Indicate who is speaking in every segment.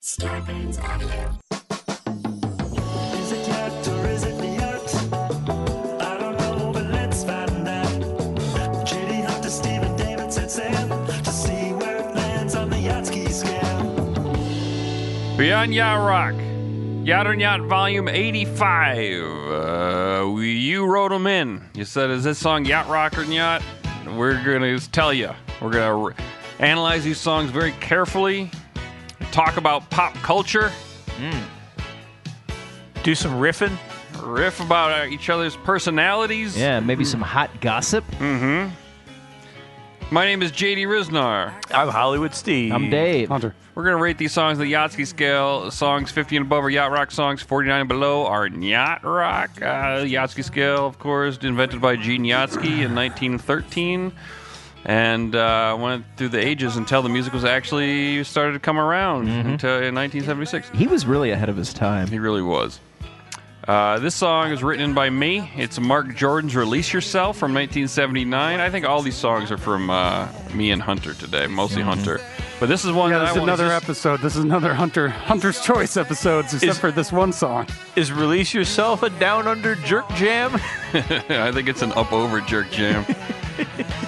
Speaker 1: Scorpions Audio.
Speaker 2: Is it yet or is it yet? I don't know, but let's find out. J.D. Hunter, Stephen David set sail to see where it lands on the Yatsky scale.
Speaker 3: Beyond Yacht Rock, Yacht on Yacht Volume 85. Uh, we, you wrote them in. You said, is this song Yacht Rock or Yacht? We're going to tell you. We're going to re- analyze these songs very carefully, talk about pop culture,
Speaker 4: do some riffing.
Speaker 3: riff about uh, each other's personalities.
Speaker 5: Yeah, maybe some hot gossip.
Speaker 3: My name is JD Riznar.
Speaker 4: I'm Hollywood Steve.
Speaker 5: I'm Dave.
Speaker 6: Hunter.
Speaker 3: We're going to rate these songs on the Yatsky scale. Songs 50 and above are Yacht Rock songs, 49 and below are Yacht Rock. Uh, Yatsky scale, of course, invented by Gene Yatsky in 1913. And uh, went through the ages until the music was actually started to come around
Speaker 6: Mm-hmm.
Speaker 3: until in 1976.
Speaker 5: He was really ahead of his time.
Speaker 3: He really was. Uh, this song is written by me. It's Mark Jordan's "Release Yourself" from 1979. I think all these songs are from uh, me and Hunter today, mostly Hunter. But this is one
Speaker 6: Mm-hmm. Yeah,
Speaker 3: that
Speaker 6: this is
Speaker 3: I want.
Speaker 6: another
Speaker 3: this-
Speaker 6: episode. This is another Hunter Hunter's Choice episodes, except
Speaker 4: Is-
Speaker 6: for this one song.
Speaker 4: Is Release Yourself a down under jerk jam?
Speaker 3: I think it's an up over jerk jam.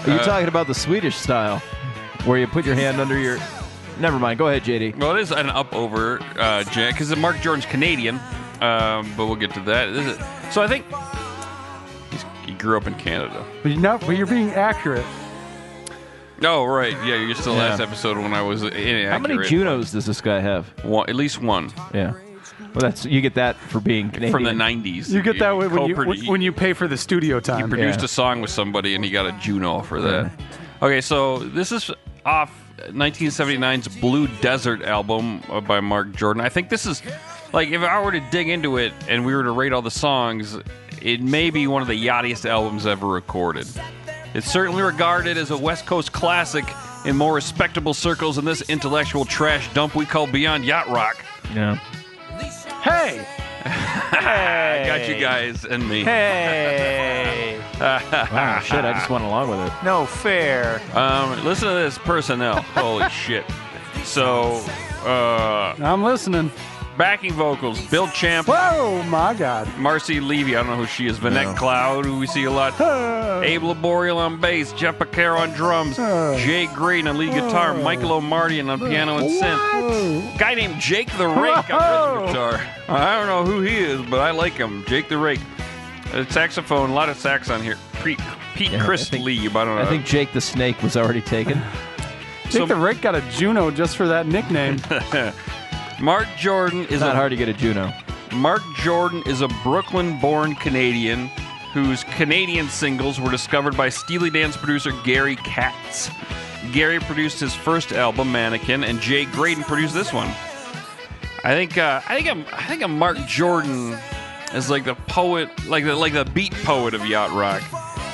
Speaker 5: Are you talking about the Swedish style, where you put your hand under your? Never mind. Go ahead, JD.
Speaker 3: well, it is an up over uh, jam because Mark Jordan's Canadian, um, but we'll get to that. This is- so I think he's, he grew up in Canada.
Speaker 6: But you know, but you're being accurate.
Speaker 3: Oh, right. Yeah, you're still
Speaker 5: Yeah.
Speaker 3: last episode when I was inaccurate.
Speaker 5: How many Junos does this guy have?
Speaker 3: One, at least one
Speaker 5: Yeah. Well, that's you get that for being Canadian.
Speaker 3: from the 90s.
Speaker 6: You get that way when you
Speaker 3: co-produ-
Speaker 6: when you pay for the studio time.
Speaker 3: produced
Speaker 5: Yeah.
Speaker 3: a song with somebody and he got a Juno for that. Okay, so this is off 1979's Blue Desert album uh, by Mark Jordan. I think this is like if I were to dig into it and we were to rate all the songs, it may be one of the yachtiest albums ever recorded. It's certainly regarded as a West Coast classic in more respectable circles than this intellectual trash dump we call Beyond Yacht Rock.
Speaker 5: Yeah.
Speaker 4: hey!
Speaker 3: I got you guys and me.
Speaker 4: Hey!
Speaker 5: Wow. Ah, shit. I just went along with it.
Speaker 4: no fair.
Speaker 3: Um, listen to this personnel. Holy shit. So, uh,
Speaker 6: I'm listening.
Speaker 3: backing vocals Bill Champ,
Speaker 6: Whoa, my God.
Speaker 3: Marcy Levy, I don't know who she is, Vanette Cloud, who we see a lot,
Speaker 6: Ah.
Speaker 3: Abe Laboriel on bass, Jeff Pacaro on drums,
Speaker 6: Uh.
Speaker 3: Jay Green on lead guitar, Michael O'Mardian on piano and synth.
Speaker 6: Whoa.
Speaker 3: Guy named Jake the Rake on rhythm
Speaker 6: Whoa.
Speaker 3: guitar. I don't know who he is, but I like him. Jake the Rake. Uh, saxophone, a lot of sax on here. Pete, Pete
Speaker 5: Yeah, I
Speaker 3: Chris
Speaker 5: think-
Speaker 3: Lee, but I don't know.
Speaker 5: I think Jake the Snake was already taken.
Speaker 6: I think the Rick got a Juno just for that nickname.
Speaker 3: Mark Jordan is
Speaker 5: It's not
Speaker 3: a
Speaker 5: hard to get a Juno.
Speaker 3: Mark Jordan is a Brooklyn born Canadian whose Canadian singles were discovered by Steely Dan's producer Gary Katz. Gary produced his first album, Mannequin, and Jay Graydon produced this one. I think uh, I think I'm I think I'm Mark Jordan is like the poet, like the like the beat poet of yacht rock.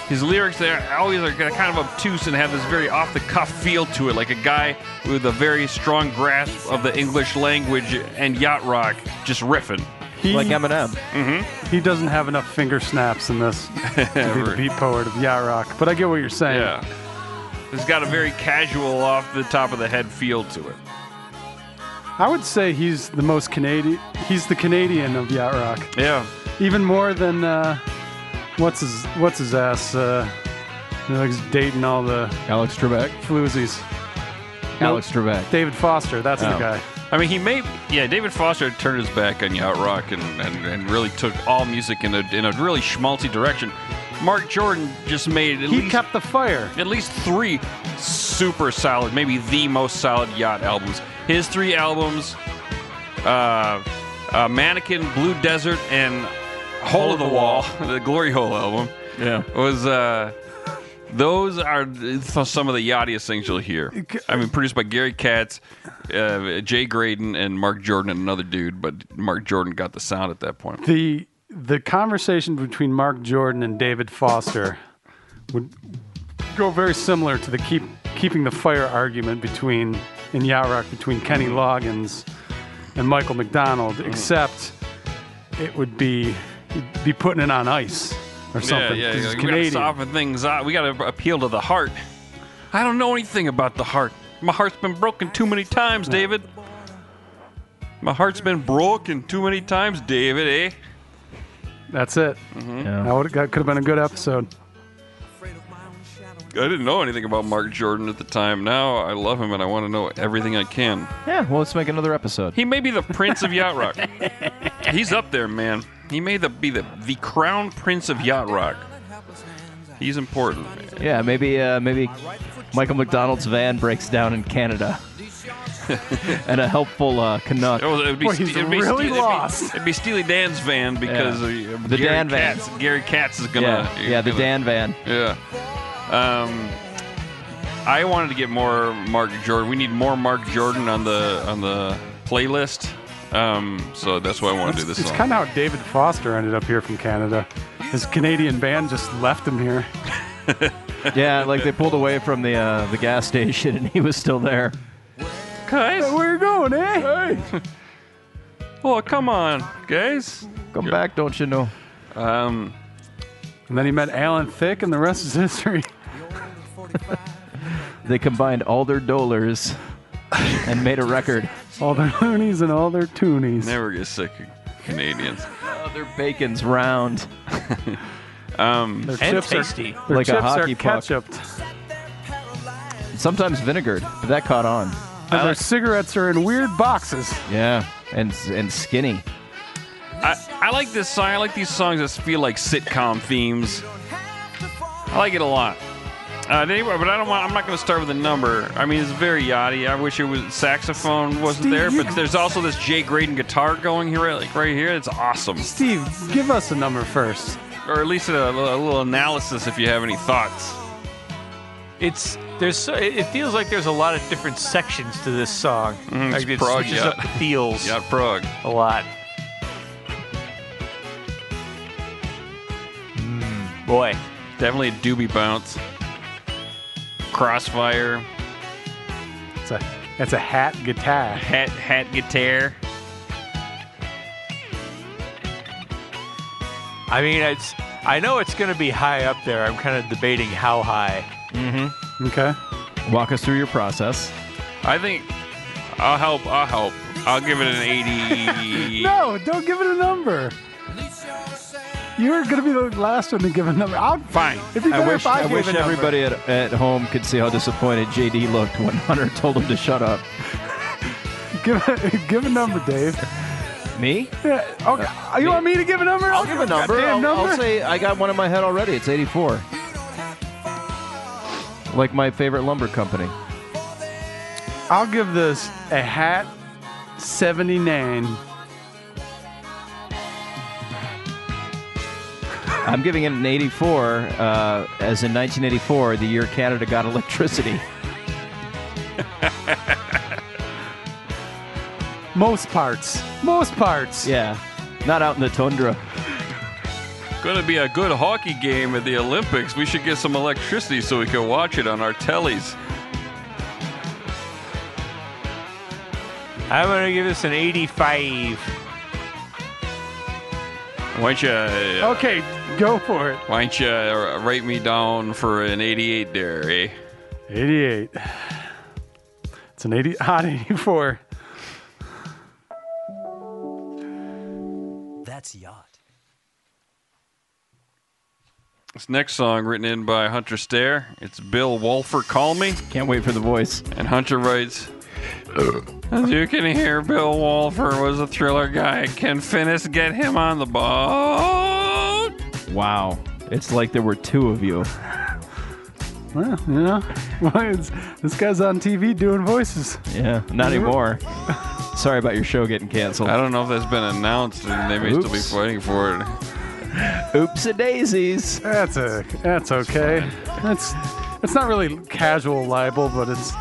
Speaker 3: His lyrics there always are kind of obtuse and have this very off the cuff feel to it, like a guy with a very strong grasp of the English language and yacht rock just riffing.
Speaker 6: He,
Speaker 5: Like Eminem.
Speaker 6: he doesn't have enough finger snaps in this to be the
Speaker 3: Right.
Speaker 6: beat poet of Yacht Rock. But I get what you're saying.
Speaker 3: Yeah. It's got a very casual off the top of the head feel to it.
Speaker 6: I would say he's the most Canadian. He's the Canadian of Yacht Rock.
Speaker 3: Yeah.
Speaker 6: even more than uh, what's his what's his ass uh, you know, he's dating all the
Speaker 5: Alex Trebek.
Speaker 6: floozies.
Speaker 5: Alex Trebek.
Speaker 6: David Foster, that's the
Speaker 5: Oh.
Speaker 6: guy.
Speaker 3: I mean, he may, yeah, David Foster turned his back on Yacht Rock and, and, and really took all music in a, in a really schmaltzy direction. Mark Jordan just made at,
Speaker 6: He
Speaker 3: least,
Speaker 6: kept the fire.
Speaker 3: at least three super solid, maybe the most solid Yacht albums. His three albums uh, uh, Mannequin, Blue Desert, and Hole of the Wall, the Glory Hole album.
Speaker 5: Yeah.
Speaker 3: was uh those are th- some of the yachtiest things you'll hear. I mean, produced by Gary Katz, uh, Jay Graydon, and Mark Jordan, and another dude. But Mark Jordan got the sound at that point.
Speaker 6: The the conversation between Mark Jordan and David Foster would go very similar to the keep keeping the fire argument between in Yacht Rock between Kenny Loggins and Michael McDonald,
Speaker 3: Mm.
Speaker 6: except it would be he'd be putting it on ice or something.
Speaker 3: Yeah, yeah.
Speaker 6: 'cause
Speaker 3: yeah.
Speaker 6: he's
Speaker 3: we
Speaker 6: Canadian.
Speaker 3: gotta soften things up. We gotta appeal to the heart. I don't know anything about the heart. My heart's been broken too many times, David. My heart's been broken too many times, David, eh?
Speaker 6: That's it.
Speaker 3: Mm-hmm.
Speaker 5: Yeah.
Speaker 6: That, would, that could have been a good episode.
Speaker 3: I didn't know anything about Mark Jordan at the time. Now I love him and I want to know everything I can.
Speaker 5: Yeah, well, let's make another episode.
Speaker 3: He may be the prince of yacht rock. He's up there, man. He may the, be the, the crown prince of yacht rock. He's important. man.
Speaker 5: Yeah, maybe uh, maybe Michael McDonald's van breaks down in Canada, and a helpful uh, Canuck.
Speaker 3: Oh, it'd be,
Speaker 6: Boy,
Speaker 3: Ste-
Speaker 6: he's
Speaker 3: it'd be
Speaker 6: really
Speaker 3: Ste- it'd be-
Speaker 6: lost.
Speaker 3: It'd be, Steely Dan's van because
Speaker 5: Yeah.
Speaker 3: of, uh,
Speaker 5: The
Speaker 3: Gary
Speaker 5: Dan van.
Speaker 3: Katz. Gary Katz is gonna.
Speaker 5: Yeah, yeah, the
Speaker 3: gonna-
Speaker 5: Dan van.
Speaker 3: Yeah. Um, I wanted to get more Mark Jordan. We need more Mark Jordan on the on the playlist. Um, so that's why I want to do this
Speaker 6: It's
Speaker 3: song.
Speaker 6: kind of how David Foster ended up here from Canada. His Canadian band just left him here.
Speaker 5: Yeah, like they pulled away from the uh, the gas station, and he was still there.
Speaker 3: guys,
Speaker 6: Where you going, eh?
Speaker 3: oh come on, guys.
Speaker 5: Come back, don't you know?
Speaker 3: Um,
Speaker 6: And then he met Alan Thicke, and the rest is history.
Speaker 5: They combined all their dollars and made a record.
Speaker 6: All their loonies and all their toonies.
Speaker 3: never get sick of Canadians.
Speaker 5: Oh, their bacon's round.
Speaker 6: Their
Speaker 4: And
Speaker 6: chips
Speaker 4: tasty.
Speaker 6: are their
Speaker 5: Like a
Speaker 6: chips
Speaker 5: hockey
Speaker 6: are
Speaker 5: puck.
Speaker 6: ketchuped.
Speaker 5: Sometimes vinegared, but that caught on.
Speaker 6: And their cigarettes are in weird boxes.
Speaker 5: Yeah, and and skinny.
Speaker 3: I, I like this song. I like these songs that feel like sitcom themes. I like it a lot. Uh, they- but I don't want. I'm not going to start with a number. I mean, it's very yachty. I wish it was saxophone wasn't there, but there's also this Jay Graydon guitar going here, like right here. It's awesome.
Speaker 6: Steve, give us a number first.
Speaker 3: Or at least a, a little analysis if you have any thoughts.
Speaker 4: It's there's so, it it feels like there's a lot of different sections to this song.
Speaker 3: Mm, it's
Speaker 4: like it
Speaker 3: prog,
Speaker 4: switches
Speaker 3: yeah.
Speaker 4: up the feels
Speaker 3: Yacht Prague.
Speaker 4: a lot. boy,
Speaker 3: Definitely a doobie bounce. Crossfire,
Speaker 6: It's a, it's a hat guitar.
Speaker 3: hat hat guitar.
Speaker 4: I mean, it's I know it's gonna be high up there. I'm kind of debating how high.
Speaker 6: Okay.
Speaker 5: Walk us through your process.
Speaker 3: I think I'll help. I'll help. I'll give it an 80.
Speaker 6: No, don't give it a number. You're gonna be the last one to give a number. I'm
Speaker 3: Fine.
Speaker 6: It'd be better
Speaker 5: I wish,
Speaker 6: if I,
Speaker 5: I
Speaker 6: gave
Speaker 5: wish
Speaker 6: a number.
Speaker 5: everybody at, at home could see how disappointed JD looked when Hunter told him to shut up.
Speaker 6: Give a, give a number, Dave.
Speaker 5: Me?
Speaker 6: Yeah, okay. you want me to give a number?
Speaker 5: Uh, I'll give a number.
Speaker 6: Goddamn
Speaker 5: I'll,
Speaker 6: number.
Speaker 5: I'll say I got one in my head already. It's 84. Like my favorite lumber company.
Speaker 6: I'll give this a hat 79.
Speaker 5: I'm giving it an 84, uh, as in 1984, the year Canada got electricity.
Speaker 6: Most parts. Most parts.
Speaker 5: Yeah. Not out in the tundra.
Speaker 3: Gonna be a good hockey game at the Olympics. We should get some electricity so we can watch it on our tellies.
Speaker 4: I'm gonna give this an 85.
Speaker 3: Why don't you? Uh,
Speaker 6: Okay, go for it.
Speaker 3: Why don't you uh, write me down for an 88 there, eh?
Speaker 6: 88. It's an 80 hot 84.
Speaker 2: That's yacht.
Speaker 3: This next song, written in by Hunter Stare, it's Bill Walfer. Call me,
Speaker 5: Can't wait for the voice.
Speaker 3: and Hunter writes. As you can hear, Bill Walfer was a thriller guy. Can Finnis get him on the boat?
Speaker 5: Wow. It's like there were two of you.
Speaker 6: Well, you know, well, it's, this guy's on TV doing voices.
Speaker 5: Yeah. Uh, Not anymore. Sorry about your show getting canceled.
Speaker 3: I don't know if that's been announced, and they may still be
Speaker 5: Oops.
Speaker 3: fighting for it.
Speaker 5: Oops a daisies.
Speaker 6: That's a that's okay. That's it's not really casual libel, but it's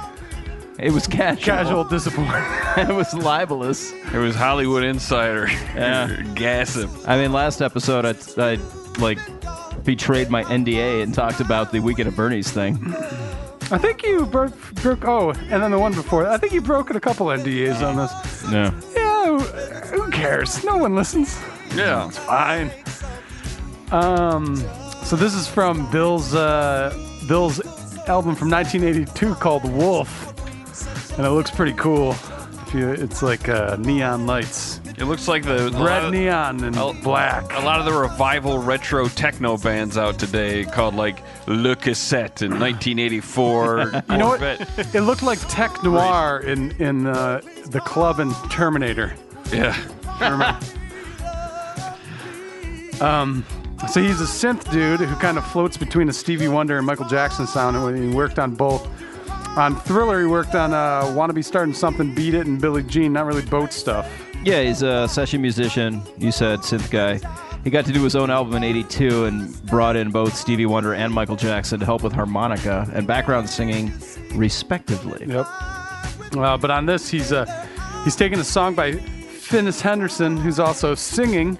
Speaker 5: It was casual.
Speaker 6: casual disappointment.
Speaker 5: it was libelous.
Speaker 3: It was Hollywood Insider
Speaker 5: Yeah.
Speaker 3: gossip.
Speaker 5: I mean, last episode I, I like betrayed my NDA and talked about the weekend of Bernie's thing.
Speaker 6: I think you broke broke oh, and then the one before. that. I think you broke a couple NDAs on this.
Speaker 5: No.
Speaker 6: Yeah, who, who cares? No one listens.
Speaker 3: Yeah.
Speaker 6: Fine. Um, so this is from Bill's uh, Bill's album from 1982 called Wolf, and it looks pretty cool. If you, it's like uh, neon lights,
Speaker 3: It looks like the a lot
Speaker 6: red
Speaker 3: of-
Speaker 6: neon and
Speaker 3: a-
Speaker 6: black.
Speaker 3: A lot of the revival retro techno bands out today called like Le Cassette in 1984.
Speaker 6: You know what?
Speaker 3: Corvette.
Speaker 6: It looked like tech noir in in uh, the club in Terminator.
Speaker 3: Yeah.
Speaker 6: Um, So he's a synth dude who kind of floats between a Stevie Wonder and Michael Jackson sound, and he worked on both. On Thriller, he worked on uh, "Wanna Be Starting Something," "Beat It," and "Billie Jean." Not really boat stuff.
Speaker 5: Yeah, he's a session musician. You said synth guy. He got to do his own album in '82 and brought in both Stevie Wonder and Michael Jackson to help with harmonica and background singing, respectively.
Speaker 6: Yep. Uh, but on this, he's uh, he's taking a song by Finnis Henderson, who's also singing,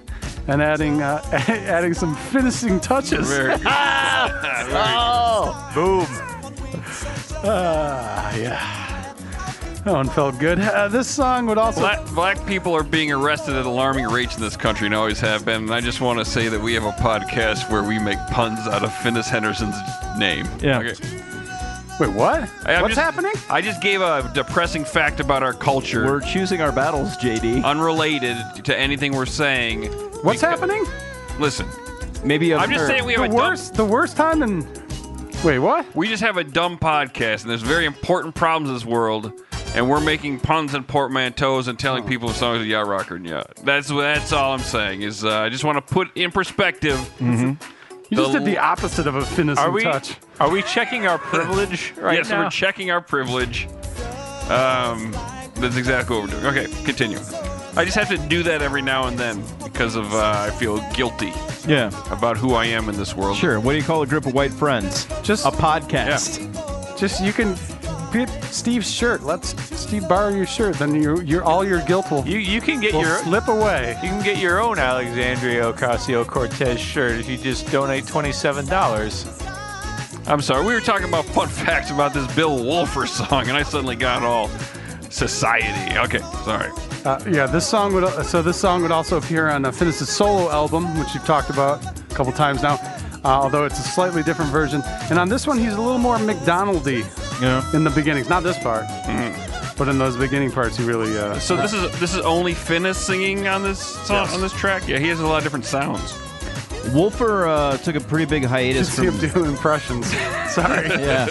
Speaker 6: and adding uh, adding some finishing touches.
Speaker 3: Very good.
Speaker 6: Ah, yeah. That one felt good. Uh, this song would also.
Speaker 3: Black, black people are being arrested at alarming rates in this country and always have been. And I just want to say that we have a podcast where we make puns out of Finnis Henderson's name.
Speaker 5: Yeah.
Speaker 6: Wait, what?
Speaker 3: I- I'm
Speaker 6: What's
Speaker 3: just-
Speaker 6: happening?
Speaker 3: I just gave a depressing fact about our culture,
Speaker 5: We're choosing our battles, JD.
Speaker 3: Uh, unrelated to anything we're saying.
Speaker 6: What's
Speaker 3: Beca-
Speaker 6: happening?
Speaker 3: Listen,
Speaker 5: Maybe
Speaker 3: I'm just saying we have
Speaker 6: The
Speaker 3: a dumb,
Speaker 6: worst. The worst time in. Wait, what?
Speaker 3: we just have a dumb podcast, and there's very important problems in this world, and we're making puns and portmanteaus and telling people if songs are yacht rocker and yacht. That's that's all I'm saying is uh, I just want to put in perspective.
Speaker 6: You just
Speaker 3: The
Speaker 6: did the opposite of a finishing
Speaker 4: Are we
Speaker 6: touch.
Speaker 4: are we checking our privilege right
Speaker 3: yes,
Speaker 4: now?
Speaker 3: we're checking our privilege. Um, that's exactly what we're doing. Okay, continue. I just have to do that every now and then because of uh, I feel guilty
Speaker 5: Yeah,
Speaker 3: about who I am in this world.
Speaker 5: sure. What do you call a group of white friends?
Speaker 6: Just-
Speaker 5: a podcast.
Speaker 6: Just you can get Steve's shirt. Let Steve borrow your shirt. Then you you're all your guilt will,
Speaker 4: You you can get
Speaker 6: will
Speaker 4: your
Speaker 6: slip away.
Speaker 4: you can get your own Alexandria Ocasio Cortez shirt if you just donate twenty seven dollars.
Speaker 3: I'm sorry. We were talking about fun facts about this Bill Wolfer song, and I suddenly got all society. Okay, sorry.
Speaker 6: Uh, yeah, this song would so this song would also appear on uh, Finish's solo album, which you've talked about a couple times now. Uh, although it's a slightly different version, and on this one he's a little more McDonaldy
Speaker 5: Yeah.
Speaker 6: in the beginnings. Not this part, but in those beginning parts, he really. Uh,
Speaker 3: So this is this is only Finnis singing on this song, on this track. Yeah, he has a lot of different sounds.
Speaker 5: Wolfer uh, took a pretty big hiatus
Speaker 6: see him
Speaker 5: from.
Speaker 6: do impressions. Sorry,
Speaker 5: Yeah.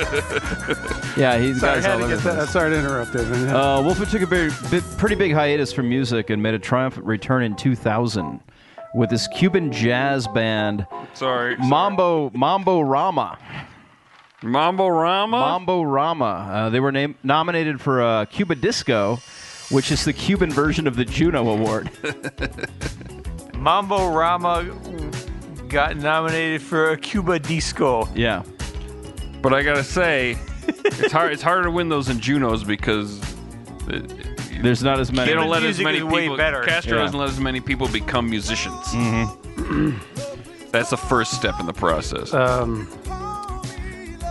Speaker 5: yeah, he's
Speaker 6: sorry,
Speaker 5: got
Speaker 6: I had
Speaker 5: all
Speaker 6: to
Speaker 5: over
Speaker 6: get
Speaker 5: the place.
Speaker 6: that. Sorry to interrupt, David.
Speaker 5: Uh, Wolfer took a very, bit, pretty big hiatus from music and made a triumphant return in 2000 with his Cuban jazz band
Speaker 3: Sorry.
Speaker 5: Mambo Mambo Rama.
Speaker 3: Mambo Rama.
Speaker 5: Mambo Rama. Uh, they were named nominated for uh, Cuba Disco, which is the Cuban version of the Juno Award.
Speaker 4: Mambo Rama got nominated for a Cuba Disco.
Speaker 5: yeah.
Speaker 3: But I gotta say, it's hard. It's harder to win those in Junos because it-
Speaker 5: There's not as many.
Speaker 3: they don't let as
Speaker 4: music
Speaker 3: many
Speaker 4: is way
Speaker 3: people.
Speaker 4: better.
Speaker 3: Castro
Speaker 5: Yeah.
Speaker 3: doesn't let as many people become musicians. That's the first step in the process.
Speaker 6: Um,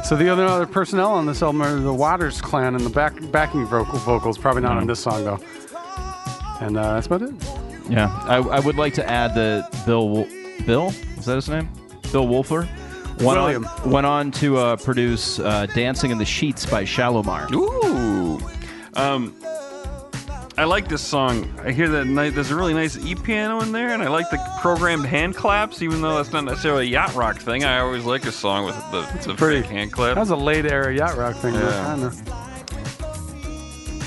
Speaker 6: so the other other personnel on this album are the Waters Clan and the back backing vocal vocals. Probably not
Speaker 3: Mm.
Speaker 6: on this song though. And uh, that's about it.
Speaker 5: Yeah, I, I would like to add that Bill Wol- Bill is that his name? Bill Wolfer went
Speaker 6: William.
Speaker 5: on went on to uh, produce uh, "Dancing in the Sheets" by Shalomar.
Speaker 3: Ooh. Um, I like this song. I hear that ni- there's a really nice E piano in there, and I like the programmed hand claps, even though that's not necessarily a yacht rock thing. I always like a song with the, the
Speaker 6: pretty-
Speaker 3: fake hand
Speaker 6: That
Speaker 3: clap.
Speaker 6: was a late era yacht rock thing. though.
Speaker 3: Yeah.
Speaker 6: I know.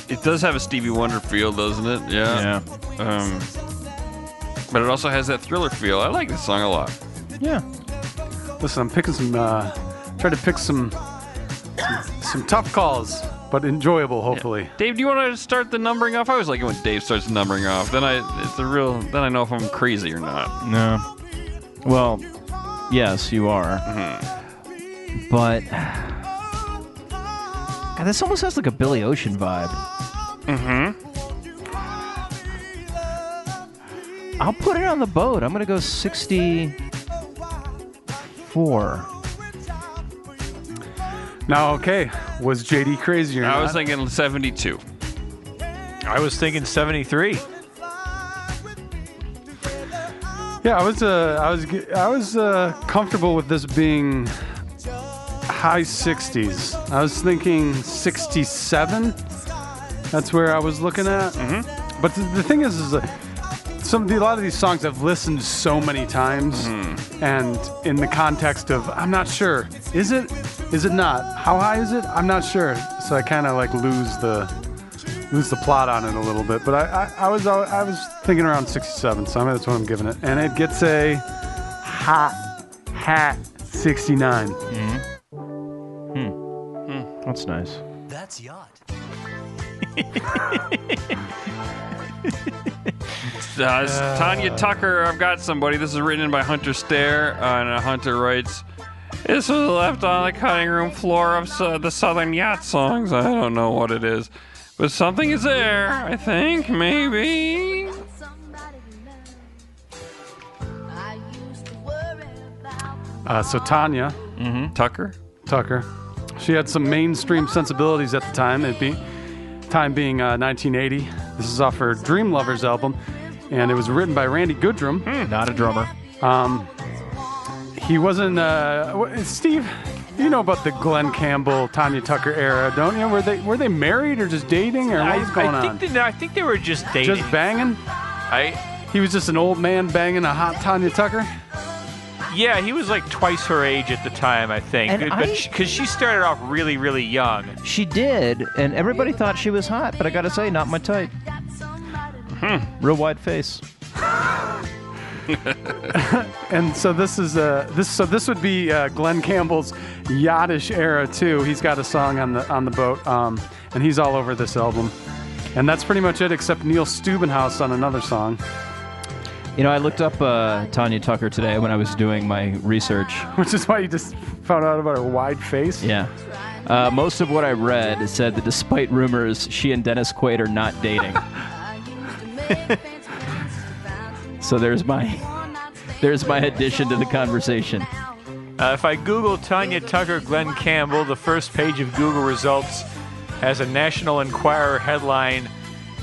Speaker 3: It does have a Stevie Wonder feel, doesn't it? Yeah. Yeah. Um, but it also has that thriller feel. I like this song a lot.
Speaker 5: Yeah,
Speaker 6: Listen, I'm picking some. Uh, try to pick some, some tough calls, but enjoyable. Hopefully,
Speaker 3: Dave, do you want to start the numbering off? I always like it when Dave starts numbering off. Then I, it's a real. Then I know if I'm crazy or not.
Speaker 5: no. Well, yes, you are. But God, this almost has like a Billy Ocean vibe. Mm-hmm. I'll put it on the boat. I'm gonna go sixty-four.
Speaker 6: now okay. Was JD crazy or
Speaker 3: I
Speaker 6: not?
Speaker 3: was thinking 72.
Speaker 4: I was thinking seventy three.
Speaker 6: Yeah, I was uh, I was ge- I was uh, comfortable with this being high 60s. I was thinking 67, That's where I was looking at. Mm-hmm. But the, the thing is, is that some a lot of these songs I've listened so many times, and in the context of I'm not sure, is it, is it not? How high is it? I'm not sure. So I kind of like lose the lose the plot on it a little bit. But I, I, I was I was thinking around 67, so I'm, that's what I'm giving it, and it gets a hot hat 69.
Speaker 5: That's nice.
Speaker 2: That's yacht.
Speaker 3: Uh, it's Tanya Tucker, I've got somebody. This is written in by Hunter Stare, uh, and uh, Hunter writes, "This was left on the cutting room floor of uh, the Southern Yacht songs. I don't know what it is, but something is there. I think maybe."
Speaker 1: somebody who loved. I used to worry about
Speaker 6: Uh, so Tanya
Speaker 3: Tucker.
Speaker 6: Tucker, she had some mainstream sensibilities at the time. It be time being uh, 1980. This is off her Dream Lovers album, and it was written by Randy Goodrum.
Speaker 4: Hmm,
Speaker 6: Um,
Speaker 5: Not a drummer.
Speaker 6: He wasn't uh, wh- Steve. You know about the Glenn Campbell, Tanya Tucker era, don't you? Were they were they married or just dating or what was going
Speaker 4: I
Speaker 6: on?
Speaker 4: think They, I think they were just dating.
Speaker 6: Just banging?
Speaker 4: I,
Speaker 6: He was just an old man banging a hot Tanya Tucker.
Speaker 4: yeah, he was like twice her age at the time, I think.
Speaker 5: And I-
Speaker 4: Because she, 'cause she started off really, really young.
Speaker 5: She did, and everybody thought she was hot, but I gotta say, not my type.
Speaker 1: that somebody who
Speaker 5: Real wide face.
Speaker 6: And so this is uh, this so this would be uh, Glenn Campbell's yachtish era too. He's got a song on the on the boat, um, and he's all over this album. And that's pretty much it, except Neil Stubenhouse on another song.
Speaker 5: You know, I looked up uh, Tanya Tucker today when I was doing my research.
Speaker 6: which is why you just found out about her wide face.
Speaker 5: Yeah. Uh, most of what I read said that despite rumors, she and Dennis Quaid are not dating.
Speaker 1: I used to make fancy plans to find
Speaker 5: so there's my
Speaker 1: someone I'd stay
Speaker 5: there's my
Speaker 1: with.
Speaker 5: addition to the conversation.
Speaker 4: Uh, if I Google Tanya Tucker Glenn Campbell, the first page of Google results has a National Enquirer headline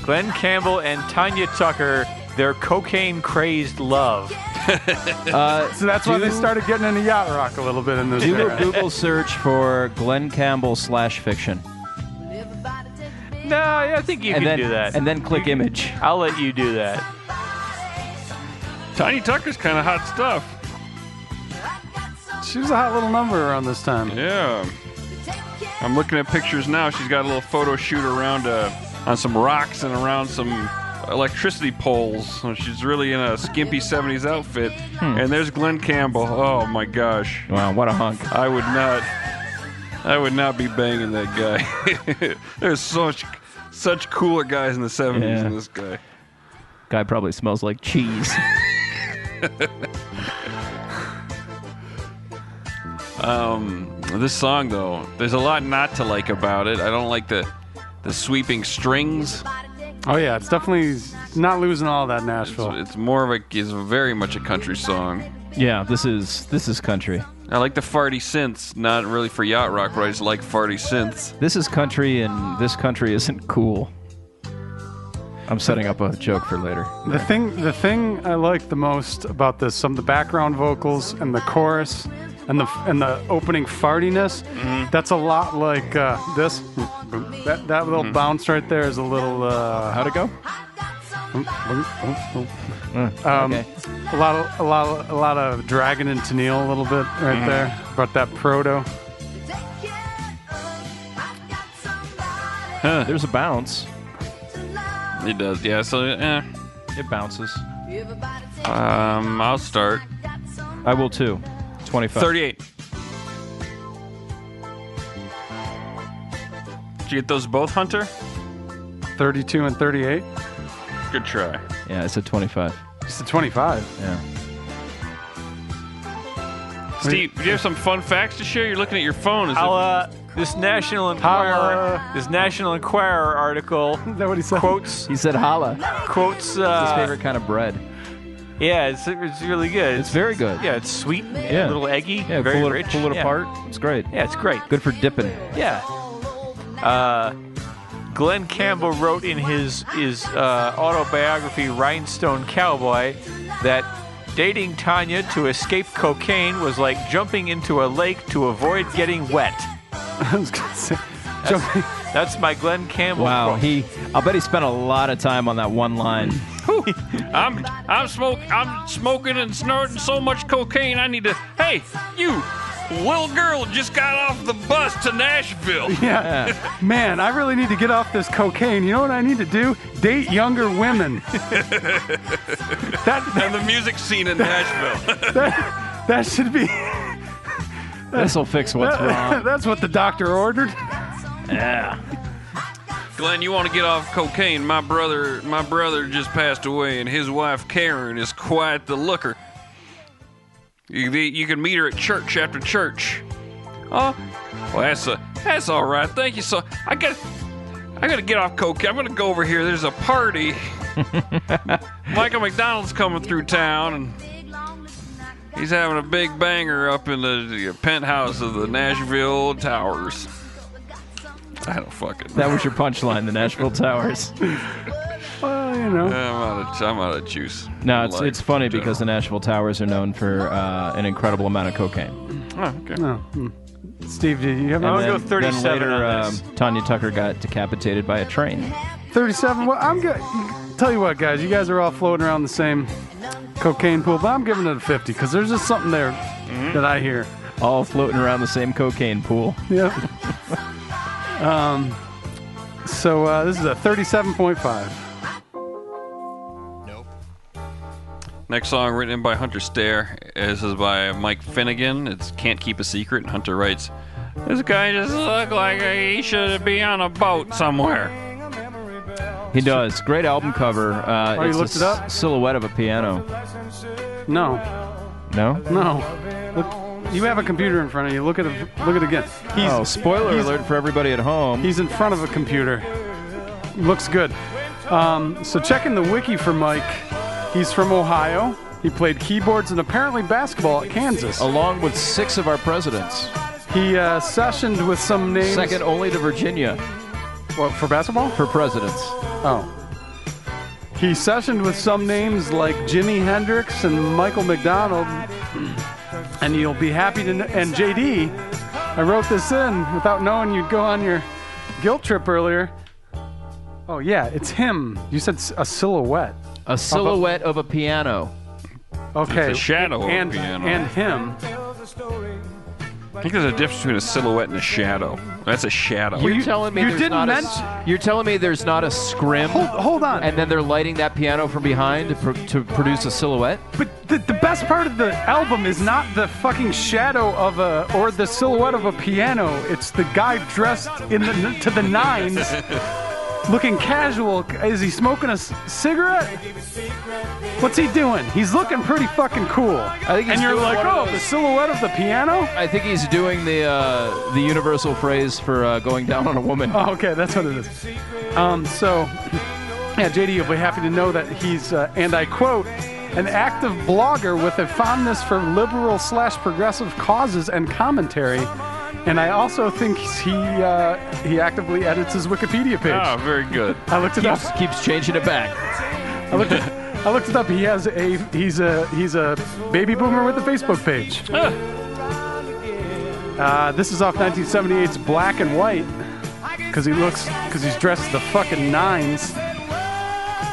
Speaker 4: Glenn Campbell and Tanya Tucker, their cocaine crazed love.
Speaker 6: So that's why
Speaker 5: Do-
Speaker 6: they started getting into yacht rock a little bit in this
Speaker 5: Do a
Speaker 6: era.
Speaker 5: uh, Google search for Glenn Campbell slash fiction,
Speaker 1: Everybody take a big
Speaker 4: No, I think you can
Speaker 5: and then
Speaker 4: do that.
Speaker 5: and then click image.
Speaker 4: I'll let you do that.
Speaker 3: Tiny Tucker's kind of hot stuff.
Speaker 6: She was a hot little number around this time.
Speaker 3: Yeah.
Speaker 1: take care
Speaker 3: I'm looking at pictures now. She's got a little photo shoot around uh, on some rocks and around some electricity poles. So she's really in a skimpy 70s outfit. And there's Glenn Campbell. Oh my gosh.
Speaker 5: Wow, what a hunk!
Speaker 3: I would not I would not be banging that guy. there's such such cooler guys in the 70s than
Speaker 5: Yeah.
Speaker 3: this guy.
Speaker 5: Guy probably smells like cheese.
Speaker 3: This song though, there's a lot not to like about it. I don't like the the sweeping strings.
Speaker 6: Oh yeah, it's definitely not losing all that Nashville.
Speaker 3: It's more of a is very much a country song.
Speaker 5: yeah, this is this is country.
Speaker 3: I like the farty synths, not really for yacht rock, but I just like farty synths.
Speaker 5: This is country, and this country isn't cool. I'm setting up a joke for later.
Speaker 6: The thing, the thing I like the most about this, some of the background vocals and the chorus, and the and the opening fartiness, that's a lot like uh, this. That that little bounce right there is a little. Uh, Mm,
Speaker 5: How'd it go?
Speaker 6: um,
Speaker 5: okay.
Speaker 6: A lot of a lot of, a lot of dragon and Tennille a little bit right there. Brought that proto.
Speaker 1: take care I got somebody
Speaker 5: There's a bounce.
Speaker 1: to love
Speaker 3: It does, yeah. So, eh.
Speaker 5: It bounces.
Speaker 1: everybody take
Speaker 3: um, I'll start.
Speaker 1: got somebody
Speaker 5: I will too. 25.
Speaker 3: 38. Did you get those both, Hunter?
Speaker 6: 32 and 38.
Speaker 3: Good try.
Speaker 5: Yeah, it's a 25.
Speaker 6: It's a 25.
Speaker 5: Yeah.
Speaker 3: Steve, do you have some fun facts to share? You're looking at your phone. Is
Speaker 4: I'll,
Speaker 3: it,
Speaker 4: uh, this National Enquirer,
Speaker 6: Holla.
Speaker 4: this National Enquirer article
Speaker 6: Is that what he said?
Speaker 4: quotes
Speaker 5: He said holla.
Speaker 4: quotes.
Speaker 5: It's
Speaker 4: Uh,
Speaker 5: his favorite kind of bread.
Speaker 4: Yeah, it's, it's really good.
Speaker 5: It's very good.
Speaker 4: yeah, it's sweet, and a
Speaker 5: Yeah.
Speaker 4: little eggy,
Speaker 5: Yeah,
Speaker 4: very
Speaker 5: pull it,
Speaker 4: rich.
Speaker 5: pull it
Speaker 4: Yeah.
Speaker 5: apart. It's great.
Speaker 4: Yeah, it's great.
Speaker 5: Good for dipping.
Speaker 4: Yeah. Uh, Glenn Campbell wrote in his his uh, autobiography Rhinestone Cowboy that dating Tanya to escape cocaine was like jumping into a lake to avoid getting wet.
Speaker 6: I was gonna say, jumping,
Speaker 4: That's my Glenn Campbell.
Speaker 5: Wow,
Speaker 4: quote.
Speaker 5: he. I'll bet he spent a lot of time on that one line.
Speaker 3: I'm I'm smoke I'm smoking and snorting so much cocaine I need to Hey, you little girl just got off the bus to Nashville.
Speaker 6: Yeah. Man, I really need to get off this cocaine. You know what I need to do? Date younger women. that,
Speaker 3: And the music scene in Nashville.
Speaker 6: that that should be
Speaker 5: This will fix what's wrong.
Speaker 6: That's what the doctor ordered.
Speaker 3: Glenn, you want to get off cocaine? My brother my brother just passed away and his wife Karen is quite the looker. You, you can meet her at church after church. Oh, well that's a, that's all right. Thank you so. I got I gotta get off coke. I'm gonna go over here. There's a party. Michael McDonald's coming through town, and he's having a big banger up in the, the penthouse of the Nashville Towers. I don't fucking.
Speaker 5: That was your punchline, the Nashville Towers.
Speaker 6: Well, you know.
Speaker 3: I'm out of I'm out of juice.
Speaker 5: No, it's,
Speaker 3: Like,
Speaker 5: it's funny
Speaker 3: in general.
Speaker 5: because the Nashville Towers are known for uh, an incredible amount of cocaine.
Speaker 3: Oh, okay.
Speaker 6: No. Hmm. Steve, do you have
Speaker 5: And
Speaker 4: I'll
Speaker 5: then,
Speaker 4: go
Speaker 5: then
Speaker 4: 37
Speaker 5: later,
Speaker 4: on this.
Speaker 5: um, Tanya Tucker got decapitated by a train.
Speaker 6: 37? Well, I'm good. Tell you what, guys, you guys are all floating around the same cocaine pool, but I'm giving it a 50 because there's just something there that I hear.
Speaker 5: All floating around the same cocaine pool.
Speaker 6: Yep. um, so uh, this is a 37.5.
Speaker 3: Next song written in by Hunter Stair. This is by Mike Finnegan. It's Can't Keep a Secret. And Hunter writes, This guy just looked like he should be on a boat somewhere.
Speaker 5: He does. Great album cover. Uh,
Speaker 6: Oh, you
Speaker 5: it's a
Speaker 6: looked it up?
Speaker 5: silhouette of a piano.
Speaker 6: No,
Speaker 5: No?
Speaker 6: no. Look, you have a computer in front of you. Look at it. Look at it again. He's
Speaker 5: oh, spoiler
Speaker 6: he's-
Speaker 5: alert for everybody at home.
Speaker 6: He's in front of a computer. Looks good. Um, so checking the wiki for Mike. He's from Ohio. He played keyboards and apparently basketball at Kansas.
Speaker 5: along with six of our presidents,
Speaker 6: He uh, sessioned with some names.
Speaker 5: second only to Virginia
Speaker 6: What, for basketball?
Speaker 5: for presidents.
Speaker 6: Oh. He sessioned with some names like Jimi Hendrix and Michael McDonald. And you'll be happy to know. And JD, I wrote this in without knowing you'd go on your guilt trip earlier. Oh, yeah, it's him. You said s- a silhouette.
Speaker 5: A silhouette of a piano.
Speaker 6: Okay.
Speaker 3: It's a shadow of a
Speaker 6: and,
Speaker 3: piano.
Speaker 6: And him.
Speaker 3: I think there's a difference between a silhouette and a shadow. That's a shadow.
Speaker 5: You're
Speaker 6: you-
Speaker 5: telling me
Speaker 6: you
Speaker 5: there's
Speaker 6: didn't
Speaker 5: not a s-
Speaker 6: mention-
Speaker 5: you're telling me there's not a scrim,
Speaker 6: Hold, hold on.
Speaker 5: and then they're lighting that piano from behind to, pro- to produce a silhouette.
Speaker 6: But the, the best part of the album is not the fucking shadow of a or the silhouette of a piano. It's the guy dressed in the to the nines, looking casual. Is he smoking a s- cigarette? What's he doing? He's looking pretty fucking cool.
Speaker 5: I think he's
Speaker 6: and you're
Speaker 5: doing
Speaker 6: like,
Speaker 5: one of
Speaker 6: oh,
Speaker 5: those-
Speaker 6: the silhouette of the piano.
Speaker 5: I think he's doing the uh, the universal phrase for uh, going down on a woman.
Speaker 6: Oh, okay, that's what it is. Um, so, yeah, JD, you'll be happy to know that he's, uh, and I quote, an active blogger with a fondness for liberal slash progressive causes and commentary. And I also think he uh, he actively edits his Wikipedia page.
Speaker 3: Ah, very good.
Speaker 6: I looked it up.
Speaker 5: Keeps, keeps changing it back.
Speaker 6: I looked it, I looked it up. He has a he's a he's a baby boomer with a Facebook page. Uh, this is off 1978's Black and White because he looks because he's dressed the fucking nines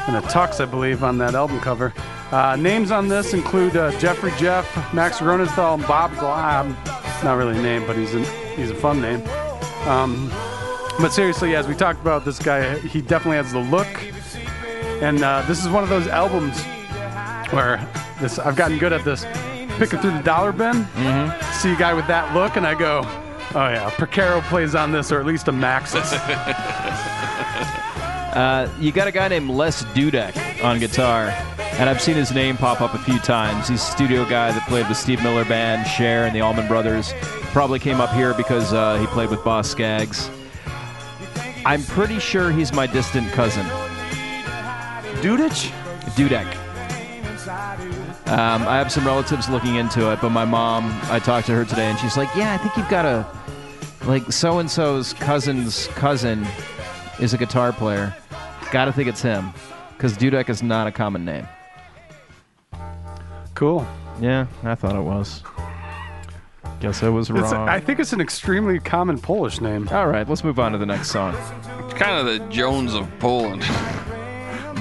Speaker 6: and a tux, I believe, on that album cover. Uh, names on this include uh, Jeffrey Jeff, Max Ronenthal, and Bob Glob. Not really a name, but he's an, he's a fun name. Um, but seriously, as we talked about, this guy he definitely has the look. And uh, this is one of those albums where this I've gotten good at this. Picking through the dollar bin,
Speaker 5: Mm-hmm.
Speaker 6: see a guy with that look, and I go, "Oh yeah, Precaro plays on this, or at least a Maxis."
Speaker 5: Uh, you got a guy named Les Dudek on guitar, and I've seen his name pop up a few times. He's a studio guy that played with Steve Miller Band, Cher, and the Allman Brothers. Probably came up here because uh, he played with Boss Skaggs. I'm pretty sure he's my distant cousin,
Speaker 6: Dudich?
Speaker 5: Dudek. Um, I have some relatives looking into it, but my mom, I talked to her today, and she's like, "Yeah, I think you've got a like so and so's cousin's cousin is a guitar player. Got to think it's him, because Dudek is not a common name."
Speaker 6: Cool.
Speaker 5: Yeah, I thought it was. Guess I was
Speaker 6: It's-
Speaker 5: wrong.
Speaker 6: I think it's an extremely common Polish name.
Speaker 5: All right, let's move on to the next song.
Speaker 3: It's kind of the Jones of Poland.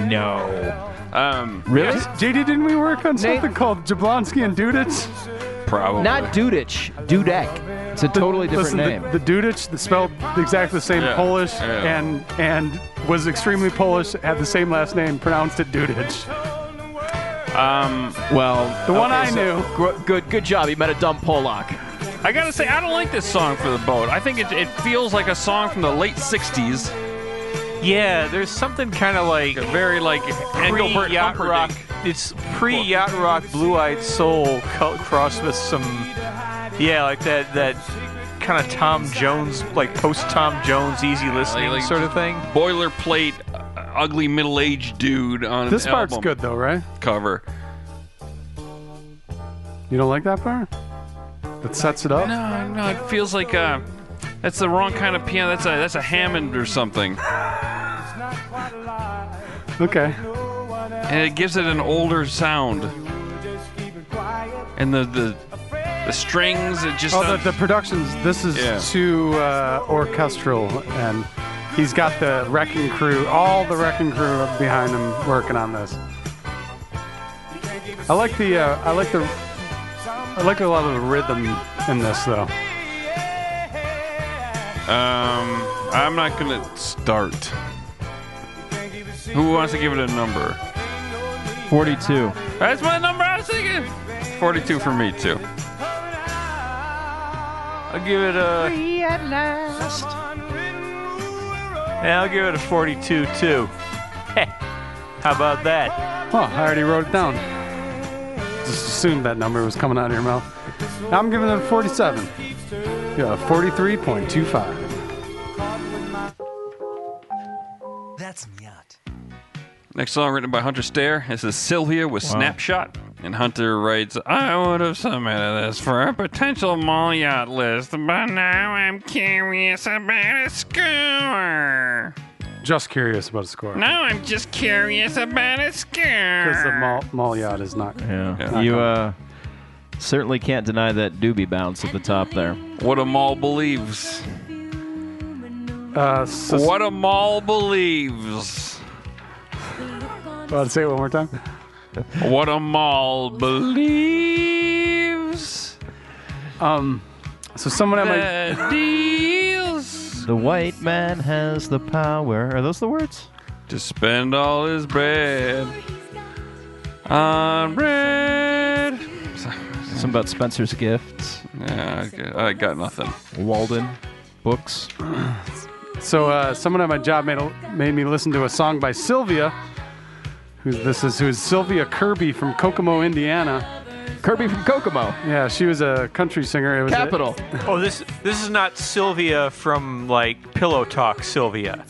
Speaker 5: No.
Speaker 3: Um,
Speaker 5: Really?
Speaker 6: JD, didn't we work on something called Jablonski and Dudich?
Speaker 3: probably.
Speaker 5: Not Dudich, Dudek. It's a totally different
Speaker 6: Listen,
Speaker 5: name.
Speaker 6: The, the Dudich that spelled exactly the same
Speaker 3: Yeah,
Speaker 6: Polish
Speaker 3: yeah.
Speaker 6: and and was extremely Polish, had the same last name, pronounced it Dudich.
Speaker 3: Um,
Speaker 5: well,
Speaker 6: The one I
Speaker 5: knew. good, good job. You met a dumb Polak.
Speaker 3: I gotta say, I don't like this song for the boat. I think it, it feels like a song from the late '60s,
Speaker 4: Yeah, there's something kind of like
Speaker 3: a very like
Speaker 4: pre
Speaker 3: Engelbert
Speaker 4: yacht rock.
Speaker 3: Humperdinck.
Speaker 4: It's pre yacht rock, blue eyed soul co- crossed with some, yeah, like that that kind of Tom Jones, like post Tom Jones, easy listening
Speaker 3: like-
Speaker 4: sort of thing.
Speaker 3: boilerplate, uh, ugly middle-aged dude on
Speaker 6: This
Speaker 3: an
Speaker 6: part's
Speaker 3: album
Speaker 6: good though, right?
Speaker 3: cover.
Speaker 6: You don't like that part? That sets it up.
Speaker 3: No, no, it feels like uh, that's the wrong kind of piano. That's a that's a Hammond or something,
Speaker 6: Okay.
Speaker 3: and it gives it an older sound. And the the, the strings, it just
Speaker 6: Oh, the, the productions. This is
Speaker 3: Yeah.
Speaker 6: too uh, orchestral, and he's got the Wrecking Crew, all the Wrecking Crew up behind him working on this. I like the, uh, I like the, I like a lot of the rhythm in this though.
Speaker 3: um, I'm not gonna start. Who wants to give it a number?
Speaker 5: 42.
Speaker 3: That's my number. I was thinking. Forty-two for me too.
Speaker 4: I'll give it a. Yeah, I'll give it a 42 too. Heh, How about that?
Speaker 6: Oh, I already wrote it down. Just assumed that number was coming out of your mouth. I'm giving them 47. Yeah, 43.25.
Speaker 3: Next song written by Hunter Stair. This is Sylvia with Snapshot. And Hunter writes, I would have submitted this for a potential mall yacht list, but now I'm curious about a score.
Speaker 6: Just curious about a score.
Speaker 3: Now I'm just curious about a score.
Speaker 6: Because the mall, mall yacht is not.
Speaker 5: Yeah.
Speaker 3: Yeah.
Speaker 5: You uh, certainly can't deny that doobie bounce at the top there.
Speaker 3: What a mall believes.
Speaker 6: Uh, sus-
Speaker 3: What a mall believes.
Speaker 6: Well, say it one more time.
Speaker 3: What a mall believes.
Speaker 6: Um, so someone at
Speaker 3: The
Speaker 6: my
Speaker 3: deals.
Speaker 5: The white man has the power. Are those the words?
Speaker 3: to spend all his bread on bread.
Speaker 5: Something about Spencer's gifts,
Speaker 3: Yeah, okay. I got nothing.
Speaker 5: Walden, books.
Speaker 6: so uh, someone at my job made a, made me listen to a song by Sylvia. Who's this is who's Sylvia Kirby from Kokomo, Indiana.
Speaker 5: Kirby from Kokomo,
Speaker 6: Yeah, she was a country singer. It was a-
Speaker 5: capital.
Speaker 4: Oh, this this is not Sylvia from like Pillow Talk Sylvia.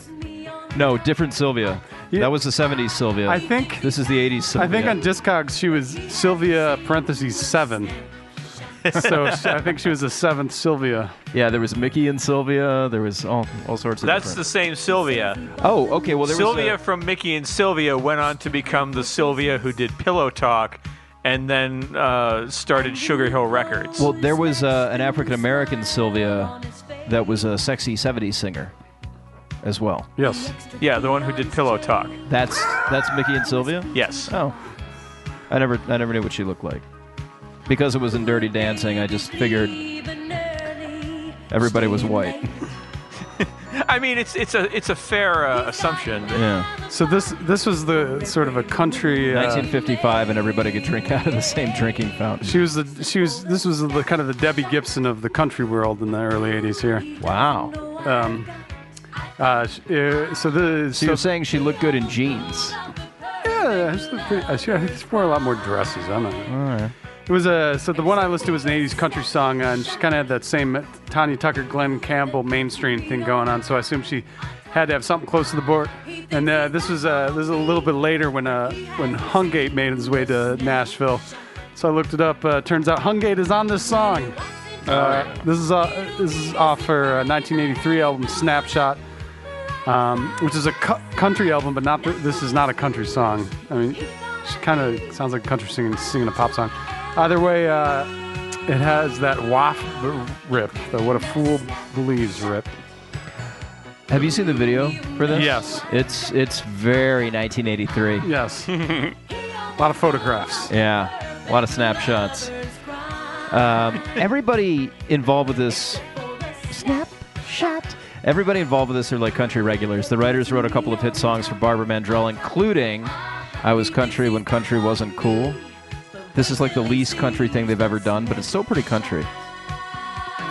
Speaker 5: No, different Sylvia.
Speaker 6: Yeah.
Speaker 5: That was the 70s Sylvia.
Speaker 6: I think
Speaker 5: This is the 80s Sylvia.
Speaker 6: I think on Discogs she was Sylvia parentheses seven. so she- I think she was the seventh Sylvia.
Speaker 5: Yeah, there was Mickey and Sylvia. There was all, all sorts of
Speaker 4: That's the same Sylvia.
Speaker 5: the. Oh, okay. Well, there
Speaker 4: Sylvia
Speaker 5: was.
Speaker 4: from Mickey and Sylvia went on to become the Sylvia who did Pillow Talk and then uh, started Sugar Hill Records.
Speaker 5: A, well, there was uh, an African American Sylvia that was a sexy 70s singer as well.
Speaker 6: Yes.
Speaker 4: yeah, the one who did Pillow Talk.
Speaker 5: That's that's Mickey and Sylvia?
Speaker 4: Yes.
Speaker 5: Oh, I never I never knew what she looked like. Because it was in Dirty Dancing, I just figured everybody was white.
Speaker 4: I mean, it's it's a it's a fair uh, assumption.
Speaker 5: Yeah,
Speaker 6: So this this was the sort of a country. Uh,
Speaker 5: 1955, and everybody could drink out of the same drinking fountain.
Speaker 6: she was the she was this was the kind of the Debbie Gibson of the country world in the early '80s here.
Speaker 5: Wow.
Speaker 6: Um, uh, sh- uh, so
Speaker 5: So
Speaker 6: the so,
Speaker 5: you're saying she looked good in jeans?
Speaker 6: yeah, she looked pretty, uh, she, I think she wore a lot more dresses. I don't know. It was a so the one I listed was an '80s country song, uh, and she kind of had that same Tanya Tucker, Glenn Campbell mainstream thing going on. So I assume she had to have something close to the board. And uh, this was uh, this was a little bit later when uh, when Hungate made his way to Nashville. So I looked it up. Uh, turns out Hungate is on this song. Uh, this is uh, this is off her uh, 1983 album Snapshot, um, which is a cu- country album, but not the, this is not a country song. I mean, she kind of sounds like a country singer singing a pop song. Either way, uh, it has that waft rip, the what a fool believes rip.
Speaker 5: Have you seen the video for this?
Speaker 6: Yes.
Speaker 5: It's it's very 1983.
Speaker 6: Yes. a lot of photographs.
Speaker 5: Yeah, a lot of snapshots. Um, everybody involved with this snapshot. Everybody involved with this are like country regulars. The writers wrote a couple of hit songs for Barbara Mandrell, including "I Was Country When Country Wasn't Cool." This is like the least country thing they've ever done, but it's still pretty country.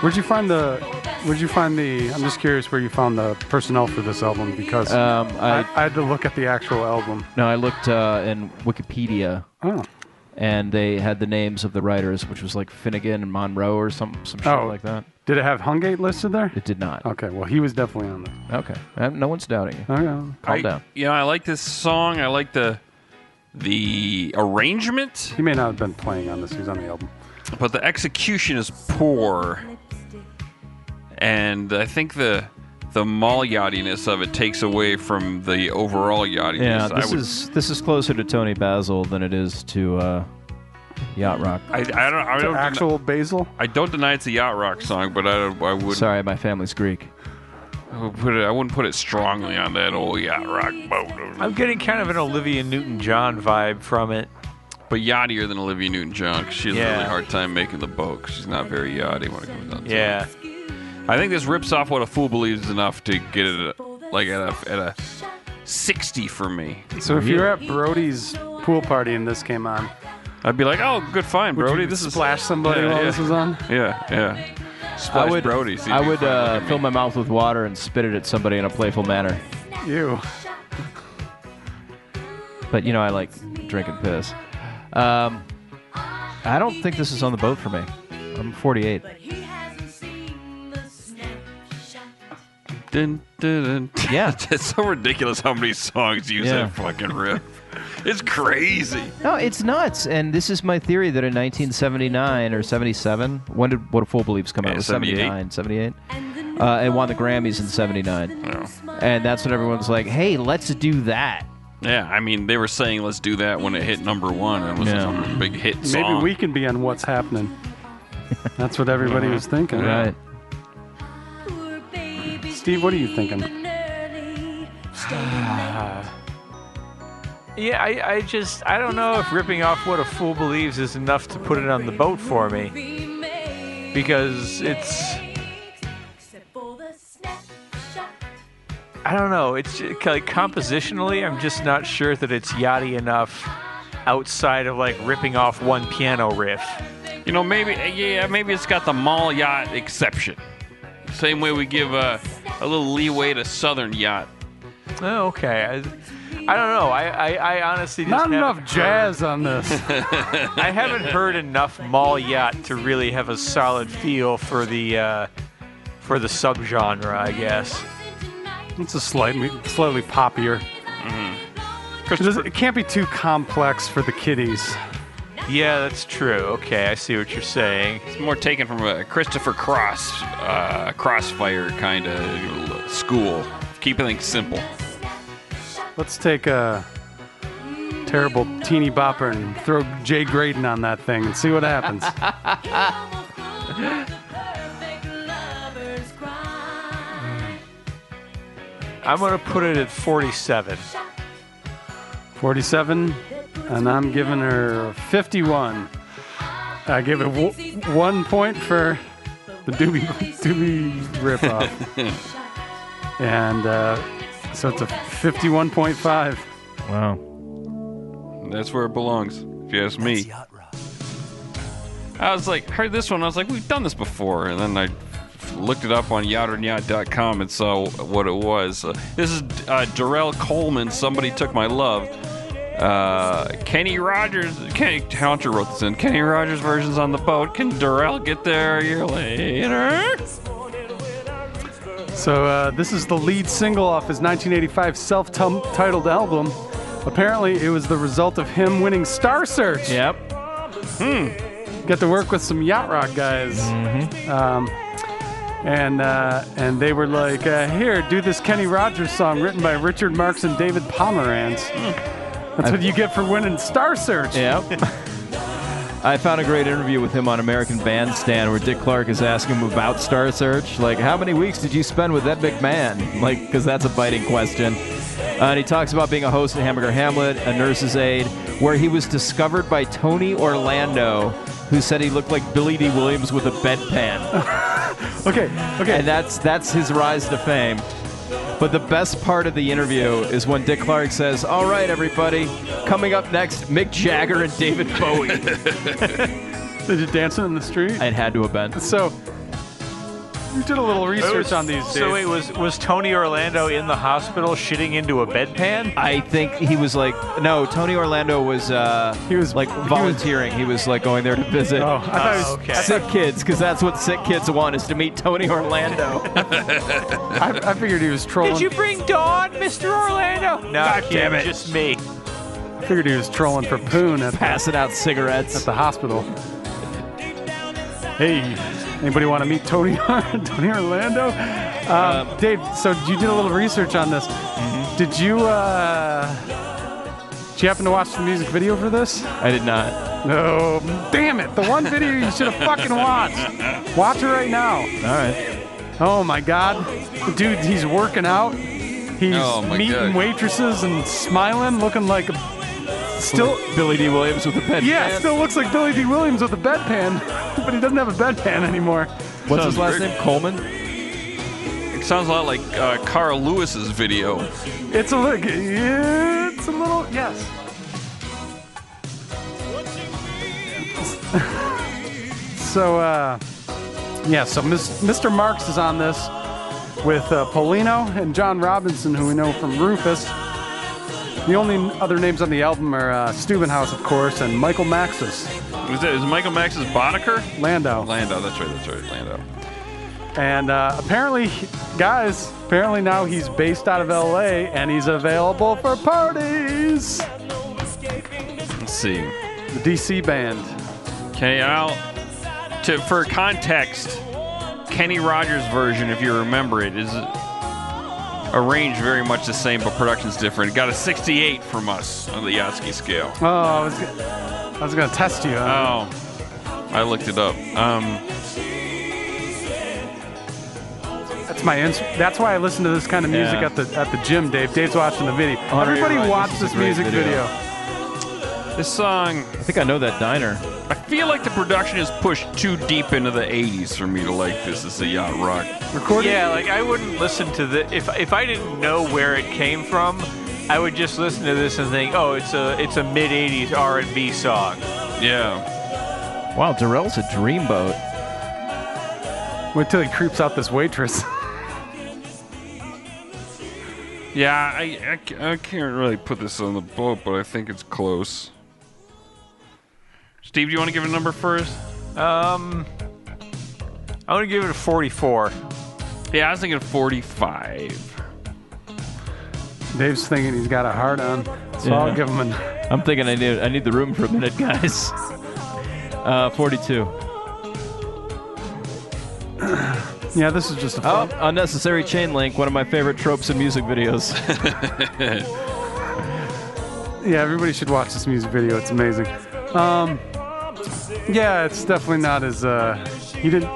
Speaker 6: Where'd you find the? Where'd you find the? I'm just curious where you found the personnel for this album because
Speaker 5: Um, I
Speaker 6: I, I had to look at the actual album.
Speaker 5: no, I looked uh, in Wikipedia
Speaker 6: Oh,
Speaker 5: and they had the names of the writers, which was like Finnegan and Monroe or some some shit
Speaker 6: Oh.
Speaker 5: like that.
Speaker 6: did it have Hungate listed there?
Speaker 5: It did not.
Speaker 6: Okay, well he was definitely on there.
Speaker 5: Okay, Uh, no one's doubting you.
Speaker 6: Oh yeah.
Speaker 5: Calm
Speaker 3: I,
Speaker 5: down.
Speaker 3: You know, I like this song. I like the the arrangement,
Speaker 6: He may not have been playing on this. He was on the album.
Speaker 3: but the execution is poor. And I think the the mall yachtiness of it takes away from the overall yachtiness.
Speaker 5: Yeah,
Speaker 3: I
Speaker 5: this
Speaker 3: would-
Speaker 5: is this is closer to Tony Basil than it is to uh, Yacht Rock.
Speaker 3: I, I don't. I don't. Actual-
Speaker 6: Actual Basil.
Speaker 3: I don't deny it's a yacht rock song, but I, I would.
Speaker 5: Sorry, my family's Greek.
Speaker 3: I would put it. I wouldn't put it strongly on that old yacht rock boat,
Speaker 4: I'm getting kind of an Olivia Newton-John vibe from it.
Speaker 3: but yachtier than Olivia Newton-John. 'cause she has a
Speaker 4: Yeah.
Speaker 3: really hard time making the boat. 'cause she's not very yachty when it comes down. to it.
Speaker 4: Yeah.
Speaker 3: I think this rips off what a fool believes enough to get it at, like at a, at a 60 for me.
Speaker 6: So if you were at Brody's pool party and this came on,
Speaker 3: I'd be like, oh, good find,
Speaker 6: would
Speaker 3: Brody.
Speaker 6: you
Speaker 3: This is
Speaker 6: splash somebody
Speaker 3: yeah,
Speaker 6: while
Speaker 3: yeah,
Speaker 6: this was on?
Speaker 3: Yeah, yeah. Splash Brody. see if
Speaker 5: I
Speaker 3: you
Speaker 5: would
Speaker 3: can find
Speaker 5: uh,
Speaker 3: it.
Speaker 5: fill my mouth with water and spit it at somebody in a playful manner.
Speaker 6: You.
Speaker 5: But you know, I like drinking piss. Um, I don't think this is on the boat for me. I'm 48.
Speaker 1: He hasn't seen the snapshot.
Speaker 3: Dun, dun, dun.
Speaker 5: Yeah.
Speaker 3: it's so ridiculous how many songs use
Speaker 5: Yeah.
Speaker 3: that fucking riff. It's crazy.
Speaker 5: No, it's nuts. And this is my theory that in 1979 or 77, when did What a Fool Believes come out?
Speaker 3: Yeah,
Speaker 5: It was
Speaker 3: 78.
Speaker 5: 79, 78. Uh, it won the Grammys in 79. And that's when everyone's like, hey, let's do that.
Speaker 3: Yeah, I mean, they were saying let's do that when it hit number one. It was
Speaker 5: Yeah.
Speaker 3: a big hit
Speaker 6: Maybe
Speaker 3: song.
Speaker 6: we can be on what's happening. That's what everybody was thinking.
Speaker 5: Right.
Speaker 6: Steve, what are you thinking?
Speaker 4: Yeah, I, I just I don't know if ripping off what a fool believes is enough to put it on the boat for me. Because it's I don't know, it's ju- like compositionally I'm just not sure that it's yachty enough outside of like ripping off one piano riff.
Speaker 3: You know, maybe yeah, maybe it's got the mall yacht exception. Same way we give uh, a little leeway to southern yacht.
Speaker 4: Oh, okay. I, I don't know. I, I, I honestly just
Speaker 6: Not
Speaker 4: haven't
Speaker 6: enough
Speaker 4: heard-
Speaker 6: jazz on this.
Speaker 4: I haven't heard enough mall yacht to really have a solid feel for the uh, for the subgenre, I guess.
Speaker 6: it's a slightly, slightly poppier.
Speaker 3: Mm-hmm.
Speaker 6: It, doesn't- it can't be too complex for the kiddies.
Speaker 4: Yeah, that's true. Okay, I see what you're saying.
Speaker 3: It's more taken from a Christopher Cross, uh, Crossfire kind of school. Keeping things simple.
Speaker 6: Let's take a terrible teeny bopper and throw Jay Graydon on that thing and see what happens.
Speaker 4: I'm gonna put it at 47.
Speaker 6: 47, and I'm giving her 51. I give it w- one point for the doobie, doobie ripoff. and uh, so it's a 51.5.
Speaker 5: Wow.
Speaker 3: That's where it belongs, if you ask me. I was like, heard this one. I was like, we've done this before, and then I looked it up on yachterandyacht.com and saw what it was. Uh, this is uh, Darrell Coleman. Somebody took my love. Uh, Kenny Rogers. Kenny Hunter wrote this in. Kenny Rogers versions on the boat. Can Darrell get there a year later?
Speaker 6: So uh, this is the lead single off his 1985 self titled album. Apparently, it was the result of him winning Star Search.
Speaker 5: Yep.
Speaker 6: Get to work with some yacht rock guys. Um, and uh, and they were like, uh, here, do this Kenny Rogers song written by Richard Marks and David Pomeranz. That's what you get for winning Star Search.
Speaker 5: Yep. I found a great interview with him on American Bandstand where Dick Clark is asking him about Star Search. Like, how many weeks did you spend with Ed McMahon? Like, because that's a biting question. Uh, and he talks about being a host at Hamburger Hamlet, a nurse's aide, where he was discovered by Tony Orlando, who said he looked like Billy D. Williams with a bedpan.
Speaker 6: Okay, okay.
Speaker 5: And that's that's his rise to fame. But the best part of the interview is when Dick Clark says, "All right, everybody, coming up next, Mick Jagger and David Bowie."
Speaker 6: Did you dance it in the street?
Speaker 5: it had to have been.
Speaker 6: so you did a little research
Speaker 4: was-
Speaker 6: on these.
Speaker 4: So
Speaker 6: Dave.
Speaker 4: wait, was was Tony Orlando in the hospital shitting into a bedpan?
Speaker 5: I think he was like, no, Tony Orlando was uh,
Speaker 6: He was-
Speaker 5: like
Speaker 6: he was-
Speaker 5: volunteering. He was, like going there to visit.
Speaker 6: Oh, I thought it was-
Speaker 4: Uh, okay.
Speaker 5: Sick kids, because that's what sick kids want is to meet Tony Orlando.
Speaker 6: I, I figured he was trolling.
Speaker 4: bring Dawn, Mr. Orlando? No,
Speaker 5: God
Speaker 4: kid,
Speaker 5: damn it.
Speaker 4: just me.
Speaker 6: I figured he was trolling for Poon at the,
Speaker 5: Passing out cigarettes.
Speaker 6: at the hospital. Hey, anybody want to meet Tony Tony Orlando? Um, Dave, so you did a little research on this.
Speaker 3: Mm-hmm.
Speaker 6: Did you? Uh, did you happen to watch the music video for this?
Speaker 5: I did not.
Speaker 6: No. Damn it! The one video you should have fucking watched. Watch it right now.
Speaker 5: All right.
Speaker 6: Oh my god. Dude, he's working out. He's
Speaker 3: Oh my
Speaker 6: meeting
Speaker 3: God.
Speaker 6: waitresses and smiling, looking like a still
Speaker 5: Billy D. Williams with the pen.
Speaker 6: yeah, still looks like Billy D. Williams with a bedpan, but he doesn't have a bedpan anymore.
Speaker 5: What's his
Speaker 3: Sounds
Speaker 5: last
Speaker 3: great.
Speaker 5: name? Coleman.
Speaker 3: It sounds a lot like uh, Carl Lewis's video.
Speaker 6: It's a little, it's a little, yes. so, uh, yeah, so Miss, Mr. Marks is on this with uh, Polino and John Robinson, who we know from Rufus. The only other names on the album are uh, Steubenhouse, of course, and Michael Maxis,
Speaker 3: Is, that, is Michael Max's Boddicker?
Speaker 6: Landau.
Speaker 3: Lando, that's right, that's right, Lando.
Speaker 6: And uh, apparently, guys, apparently now he's based out of LA and he's available for parties.
Speaker 3: Let's see.
Speaker 6: The DC band.
Speaker 3: Okay, I'll to for context, Kenny Rogers' version, if you remember it, is arranged very much the same, but production's different. It got a 68 from us on the Yatsky scale.
Speaker 6: Oh, I was, go- I was gonna test you. huh?
Speaker 3: Oh, I looked it up. Um,
Speaker 6: that's my. Ins- that's why I listen to this kind of music
Speaker 5: Yeah.
Speaker 6: at the at the gym, Dave. Dave's watching the video.
Speaker 5: Hunter, you're
Speaker 6: Everybody
Speaker 5: right.
Speaker 6: watch
Speaker 5: This is
Speaker 6: this
Speaker 5: a great
Speaker 6: music
Speaker 5: video.
Speaker 6: video.
Speaker 3: this song,
Speaker 5: I think I know that diner.
Speaker 3: I feel like the production is pushed too deep into the 80s for me to like this as a yacht rock.
Speaker 6: Recorded.
Speaker 4: Yeah, like I wouldn't listen to the if if I didn't know where it came from, I would just listen to this and think, oh, it's a it's a mid '80s R&B song.
Speaker 3: Yeah,
Speaker 5: Wow, Darrell's a dreamboat.
Speaker 6: Wait till he creeps out this waitress.
Speaker 3: yeah, I, I ca- I can't really put this on the boat, but I think it's close. Steve, do you want to give a number first?
Speaker 4: Um, I'm gonna give it a 44.
Speaker 3: Yeah, I was thinking 45.
Speaker 6: Dave's thinking he's got a heart on, so I'll
Speaker 5: Yeah.
Speaker 6: give him a.
Speaker 5: I'm thinking I need I need the room for a minute, guys. Uh, 42.
Speaker 6: Yeah, this is just a.
Speaker 5: Oh,
Speaker 6: fun-
Speaker 5: unnecessary chain link. One of my favorite tropes in music videos.
Speaker 6: Yeah, everybody should watch this music video. It's amazing. Um, yeah, it's definitely not as uh, he didn't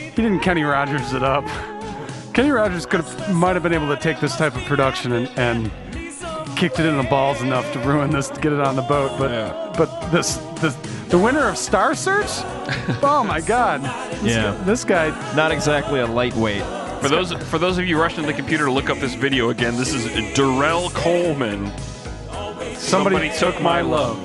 Speaker 6: he didn't Kenny Rogers it up. Kenny Rogers could have might have been able to take this type of production and, and kicked it in the balls enough to ruin this to get it on the boat. But
Speaker 3: Yeah.
Speaker 6: but this this the winner of Star Search. oh my God. This
Speaker 5: Yeah.
Speaker 6: guy, this guy.
Speaker 5: Not exactly a lightweight.
Speaker 3: For those for those of you rushing to the computer to look up this video again, this is Darrell Coleman.
Speaker 6: Somebody,
Speaker 3: took my love.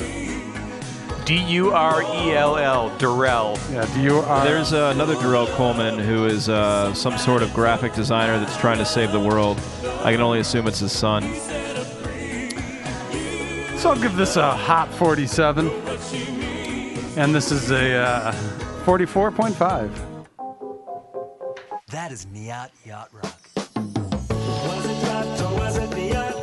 Speaker 4: D U R E L L Durrell.
Speaker 6: Yeah. Do you are
Speaker 5: There's uh, another Darrell Coleman who is uh, some sort of graphic designer that's trying to save the world. I can only assume it's his son.
Speaker 6: So I'll give this a hot 47. And this is a uh, 44.5.
Speaker 2: That is Miat Yacht Rock. Was it yacht or was it Miat?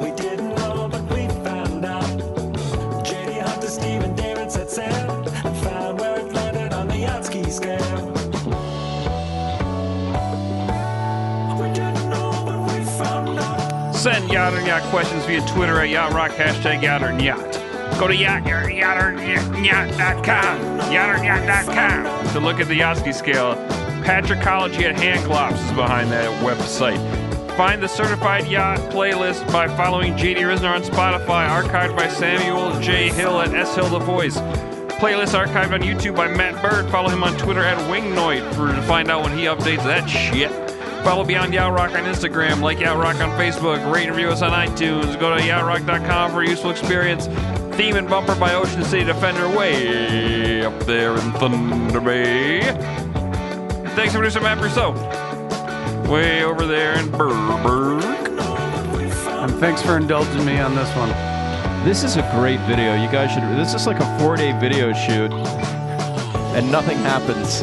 Speaker 2: We didn't know, but we found out. J.D. Hunter, Stephen David said sail and found where it landed on the Yatsky scale. We didn't know, but we found out.
Speaker 3: Send Yacht and Yacht questions via Twitter at Yacht Rock, hashtag Yacht and Yacht. Go to yacht, yacht, yacht, yacht.com, yacht, yacht.com to look at the Yosky scale. Patrickology at Hand Glops is behind that website. Find the Certified Yacht playlist by following JD Risner on Spotify, archived by Samuel J. Hill at S. Hill The Voice. Playlist archived on YouTube by Matt Bird. Follow him on Twitter at Wingnoid for to find out when he updates that shit. Follow Beyond Yacht Rock on Instagram, like Yacht Rock on Facebook, rate and review us on iTunes. Go to yachtrock.com for useful experience. Theme and bumper by Ocean City Defender, way up there in Thunder Bay. Thanks to producer Matt Rousseau, way over there in Burbank.
Speaker 6: And thanks for indulging me on this one.
Speaker 5: This is a great video. You guys should. This is like a four-day video shoot, and nothing happens.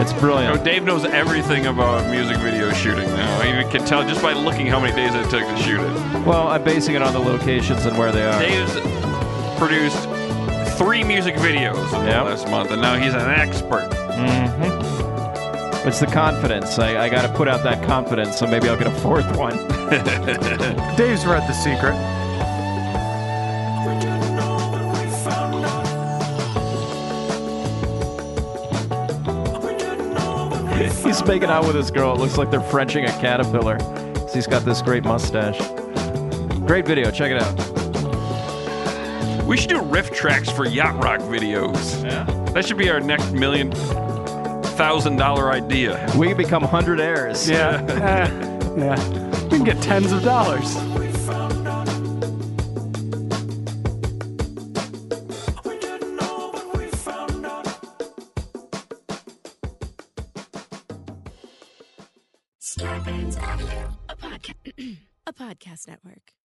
Speaker 5: It's
Speaker 3: Oh,
Speaker 5: brilliant.
Speaker 3: Dave knows everything about music video shooting now. You can tell just by looking how many days it took to shoot it.
Speaker 5: Well, I'm basing it on the locations and where they are.
Speaker 3: Dave's produced three music videos in
Speaker 5: Yep.
Speaker 3: the last month, and now he's an expert.
Speaker 5: It's the confidence. I, I got to put out that confidence, so maybe I'll get a fourth one.
Speaker 6: Dave's read the secret.
Speaker 5: He's making out with this girl. It looks like they're Frenching a caterpillar. 'cause He's got this great mustache. Great video. Check it out.
Speaker 3: We should do riff tracks for yacht rock videos.
Speaker 5: Yeah.
Speaker 3: That should be our next million thousand dollar idea.
Speaker 5: We become hundred heirs.
Speaker 6: Yeah. Eh, yeah. We can get tens of dollars.
Speaker 7: Scarpins Avenue, a, podca- a podcast network.